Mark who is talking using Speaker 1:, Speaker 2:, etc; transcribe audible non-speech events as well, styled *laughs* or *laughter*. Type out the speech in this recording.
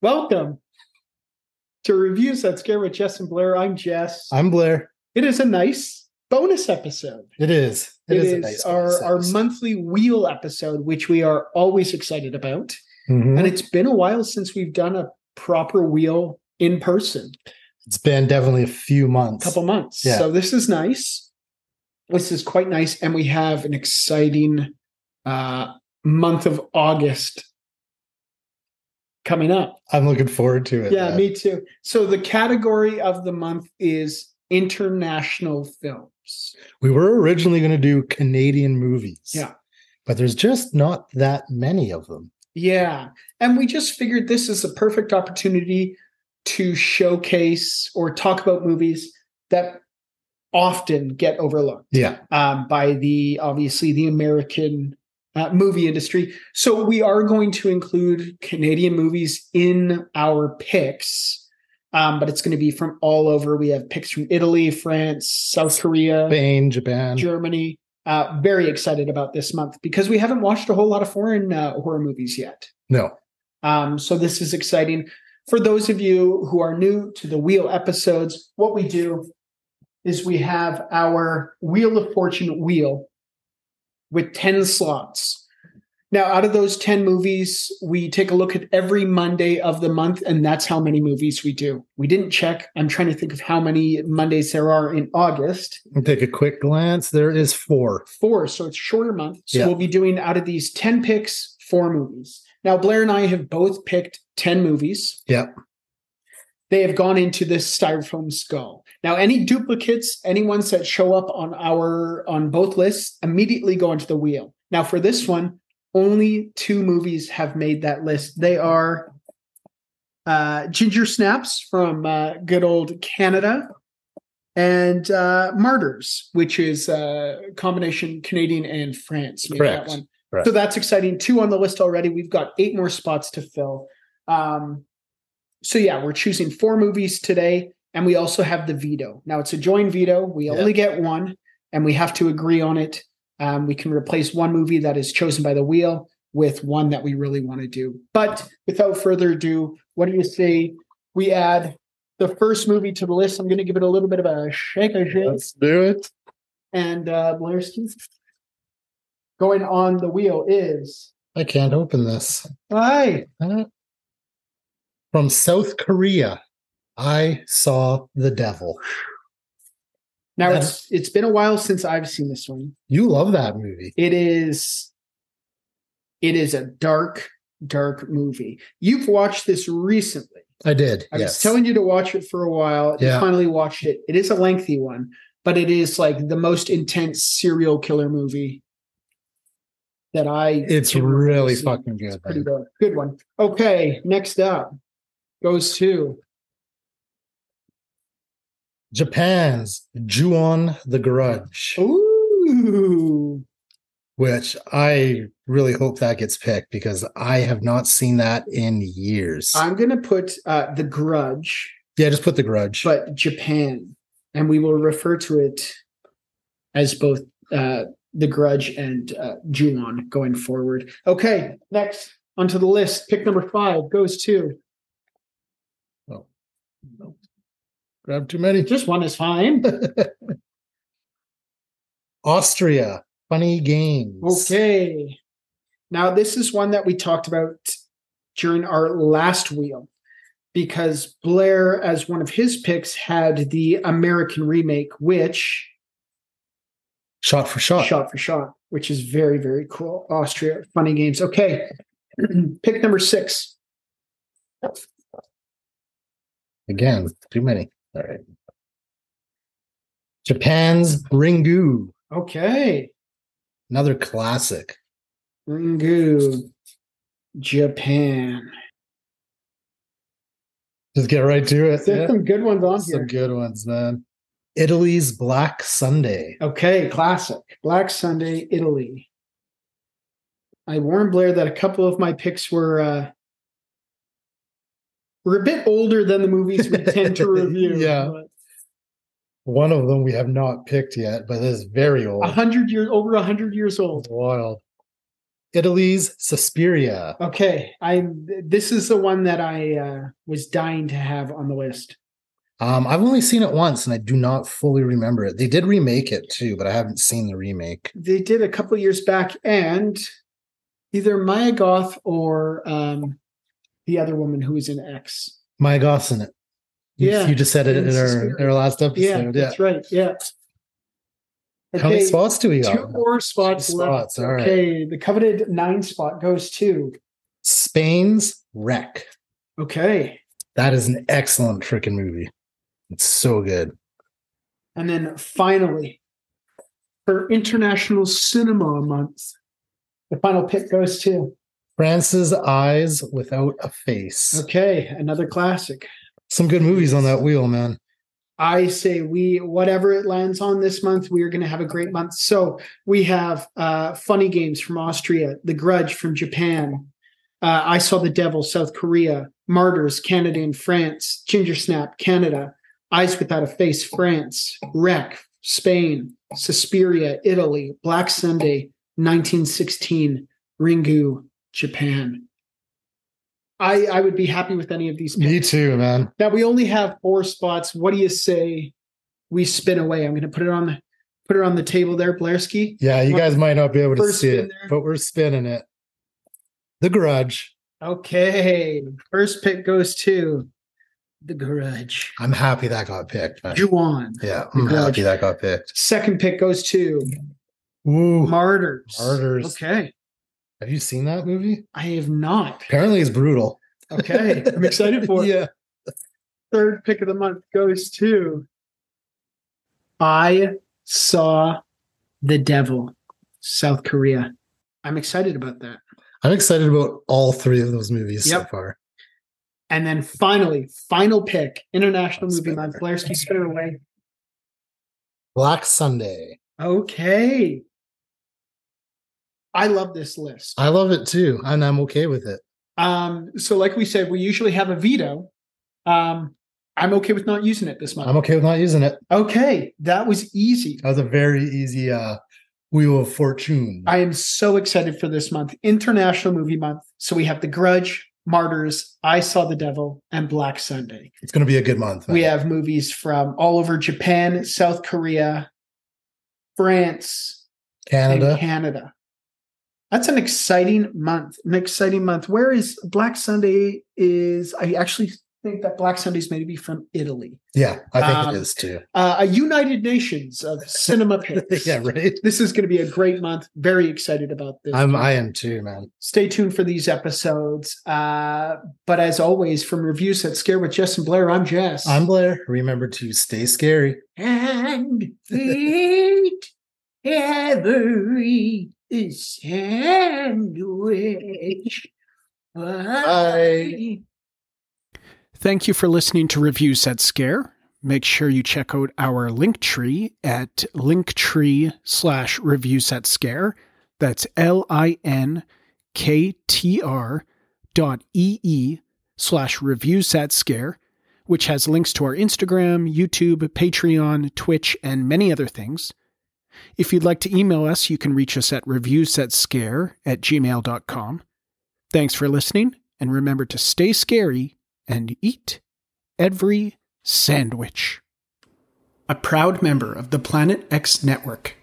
Speaker 1: Welcome to Reviews That Scare with Jess and Blair. I'm Jess.
Speaker 2: I'm Blair.
Speaker 1: It is a nice bonus episode.
Speaker 2: It is.
Speaker 1: it is, our, our monthly wheel episode, which we are always excited about.
Speaker 2: hmm
Speaker 1: And it's been a while since we've done a proper wheel in person,
Speaker 2: It's been definitely a few months.
Speaker 1: a couple months.
Speaker 2: Yeah.
Speaker 1: So this is nice. This is quite nice. And we have an exciting uh, month of August coming up.
Speaker 2: I'm looking forward to it.
Speaker 1: Yeah,
Speaker 2: man.
Speaker 1: me too. So the category of the month is international films.
Speaker 2: we were originally going to do Canadian movies.
Speaker 1: Yeah.
Speaker 2: But there's just not that many of them.
Speaker 1: Yeah. And we just figured this is a perfect opportunity to showcase or talk about movies that often get overlooked
Speaker 2: Yeah.
Speaker 1: um, by the obviously the American uh, movie industry. So we are going to include Canadian movies in our picks, um, but it's going to be from all over. We have picks from Italy, France, South Korea,
Speaker 2: Spain, Japan.
Speaker 1: Germany. Uh, very excited about this month because we haven't watched a whole lot of foreign uh, horror movies yet.
Speaker 2: No.
Speaker 1: Um, so this is exciting. For those of you who are new to the Wheel episodes, what we do is we have our Wheel of Fortune wheel with 10 slots. Now, out of those 10 movies, we take a look at every Monday of the month, and that's how many movies we do. We didn't check. I'm trying to think of how many Mondays there are in August
Speaker 2: Take a quick glance. There is four.
Speaker 1: four, so it's a shorter month. So
Speaker 2: Yeah.
Speaker 1: we'll be doing out of these 10 picks, four movies. Now, Blair and I have both picked 10 movies.
Speaker 2: Yep.
Speaker 1: They have gone into this styrofoam skull. Now, any duplicates, any ones that show up on our on both lists, immediately go into the wheel. Now, for this one, only two movies have made that list. They are uh, Ginger Snaps from uh, good old Canada and uh, Martyrs, which is a combination Canadian and France. made
Speaker 2: Correct.
Speaker 1: That one.
Speaker 2: Correct.
Speaker 1: So that's exciting. Two on the list already. We've got eight more spots to fill. Um, so yeah, we're choosing four movies today, and we also have the veto. Now it's a joint veto. We
Speaker 2: Yeah.
Speaker 1: only get one, and we have to agree on it. Um, we can replace one movie that is chosen by the wheel with one that we really want to do. But without further ado, what do you say we add the first movie to the list? I'm going to give it a little bit of a shake, a shake,
Speaker 2: Let's do it.
Speaker 1: and uh, Blairski going on the wheel is
Speaker 2: I can't open this.
Speaker 1: hi.
Speaker 2: Uh, From South Korea, I saw the devil.
Speaker 1: Now
Speaker 2: Yeah.
Speaker 1: it's it's been a while since I've seen this one.
Speaker 2: You love that movie.
Speaker 1: it is it is a dark dark movie you've watched this recently
Speaker 2: I did.
Speaker 1: i was
Speaker 2: yes.
Speaker 1: telling you to watch it for a while you
Speaker 2: Yeah.
Speaker 1: finally watched it it is a lengthy one but it is like the most intense serial killer movie that i
Speaker 2: it's
Speaker 1: can remember
Speaker 2: really
Speaker 1: seeing.
Speaker 2: fucking good. man.
Speaker 1: pretty dark. good one okay next up goes to
Speaker 2: Japan's Ju-on the Grudge,
Speaker 1: ooh
Speaker 2: which I really hope that gets picked because I have not seen that in years.
Speaker 1: i'm gonna put uh the grudge
Speaker 2: yeah, just put the Grudge.
Speaker 1: but Japan, and we will refer to it as both uh, the Grudge and uh, Julon going forward. Okay, next onto the list, pick number five goes to
Speaker 2: oh. no. Grab too many.
Speaker 1: just one is fine.
Speaker 2: Austria, Funny Games.
Speaker 1: Okay, now this is one that we talked about during our last wheel. Because Blair, as one of his picks, had the American remake, which
Speaker 2: Shot for shot.
Speaker 1: shot for shot, which is very, very cool. Austria, funny games. Okay. *clears throat* Pick number six.
Speaker 2: Again, too many. All right. Japan's Ringu,
Speaker 1: Okay.
Speaker 2: another classic.
Speaker 1: Ringu, Japan.
Speaker 2: Just get right to it.
Speaker 1: There's some good ones on
Speaker 2: Some
Speaker 1: here.
Speaker 2: good ones, man. Italy's Black Sunday.
Speaker 1: Okay. Classic. Black Sunday, Italy. I warned Blair that a couple of my picks were uh, were a bit older than the movies we tend
Speaker 2: *laughs*
Speaker 1: to review.
Speaker 2: Yeah. One of them we have not picked yet, but it is very
Speaker 1: A
Speaker 2: old.
Speaker 1: hundred years over a hundred years old.
Speaker 2: It's wild. Italy's Suspiria.
Speaker 1: Okay, I this is the one that I uh, was dying to have on the list.
Speaker 2: Um, I've only seen it once, and I do not fully remember it. They did remake it too, but I haven't seen the remake.
Speaker 1: They did a couple years back, and either Maya Goth or um, the other woman who was in X.
Speaker 2: My Goss in it. You,
Speaker 1: Yeah.
Speaker 2: you just said it in
Speaker 1: It's
Speaker 2: our,
Speaker 1: Suspiria.
Speaker 2: our last
Speaker 1: Yeah,
Speaker 2: episode. Yeah.
Speaker 1: that's right. Yeah.
Speaker 2: How many spots do we got?
Speaker 1: Two more spots
Speaker 2: Two
Speaker 1: left.
Speaker 2: spots, all right.
Speaker 1: Okay, the coveted nine spot goes to.
Speaker 2: Spain's Wreck.
Speaker 1: Okay,
Speaker 2: That is an excellent freaking movie. It's so good.
Speaker 1: and then finally, for International Cinema Month, the final pick goes to.
Speaker 2: France's Eyes Without a Face.
Speaker 1: Okay, another classic.
Speaker 2: Some good movies on that wheel, man.
Speaker 1: I say we whatever it lands on this month, we are going to have a great month. So we have uh, funny games from Austria, The Grudge from Japan, uh, I Saw the Devil, South Korea, Martyrs, Canada and France, Ginger Snap, Canada, Eyes Without a Face, France, Wreck, Spain, Suspiria, Italy, Black Sunday, 1916, Ringu, Japan. I I would be happy with any of these.
Speaker 2: Me
Speaker 1: picks.
Speaker 2: too, man.
Speaker 1: Now we only have four spots. What do you say we spin away? I'm going to put it on the put it on the table there, Blairski.
Speaker 2: Yeah, you guys might not be able to
Speaker 1: First
Speaker 2: see
Speaker 1: spin
Speaker 2: it,
Speaker 1: there.
Speaker 2: but we're spinning it. The Grudge.
Speaker 1: Okay, first pick goes to the Grudge.
Speaker 2: I'm happy that got picked, man.
Speaker 1: Juan.
Speaker 2: yeah, I'm
Speaker 1: The Grudge.
Speaker 2: happy that got picked.
Speaker 1: Second pick goes to
Speaker 2: Ooh,
Speaker 1: Martyrs.
Speaker 2: Martyrs.
Speaker 1: Okay,
Speaker 2: have you seen that movie?
Speaker 1: I have not.
Speaker 2: *laughs* Apparently, it's brutal.
Speaker 1: Okay, I'm excited for it.
Speaker 2: yeah.
Speaker 1: Third pick of the month goes to I saw the devil, South Korea. I'm excited about that.
Speaker 2: I'm excited about all three of those movies so
Speaker 1: Yep.
Speaker 2: far.
Speaker 1: And then finally, final pick, International
Speaker 2: Let's
Speaker 1: Movie
Speaker 2: go.
Speaker 1: Month, Blairski spin it away.
Speaker 2: Black Sunday.
Speaker 1: Okay. I love this list.
Speaker 2: I love it too, and I'm okay with it.
Speaker 1: Um, so like we said, we usually have a veto. Um, I'm okay with not using it this
Speaker 2: I'm Oh.
Speaker 1: month.
Speaker 2: okay with not using it.
Speaker 1: Okay, that was easy.
Speaker 2: That was a very easy uh Wheel of Fortune.
Speaker 1: I am so excited for this month, International Movie Month. So we have The Grudge, Martyrs, I Saw the Devil, and Black Sunday.
Speaker 2: it's going to be a good month. man.
Speaker 1: We have movies from all over Japan, South Korea, France, and
Speaker 2: Canada.
Speaker 1: Canada. That's an exciting month. An exciting month. Where is Black Sunday? Is I actually think that Black Sunday's maybe from Italy.
Speaker 2: Yeah, I think
Speaker 1: Um,
Speaker 2: it is too.
Speaker 1: Uh, a United Nations of cinema picks.
Speaker 2: *laughs* yeah, right.
Speaker 1: This is going to be a great month. Very excited about this.
Speaker 2: I'm I am too, man.
Speaker 1: Stay tuned for these episodes. Uh, but as always, from reviews at Scare with Jess and Blair, I'm Jess.
Speaker 2: I'm Blair. Remember to stay scary.
Speaker 1: and eat every sandwich.
Speaker 2: Bye.
Speaker 3: Thank you for listening to Reviews at Scare. Make sure you check out our link tree at linktree slash reviews at scare. That's L I N K T R dot E E slash reviews at scare, which has links to our Instagram, YouTube, Patreon, Twitch, and many other things. If you'd like to email us, you can reach us at reviews at scare at gmail.com. Thanks for listening, and remember to stay scary and eat every sandwich. A proud member of the Planet X Network.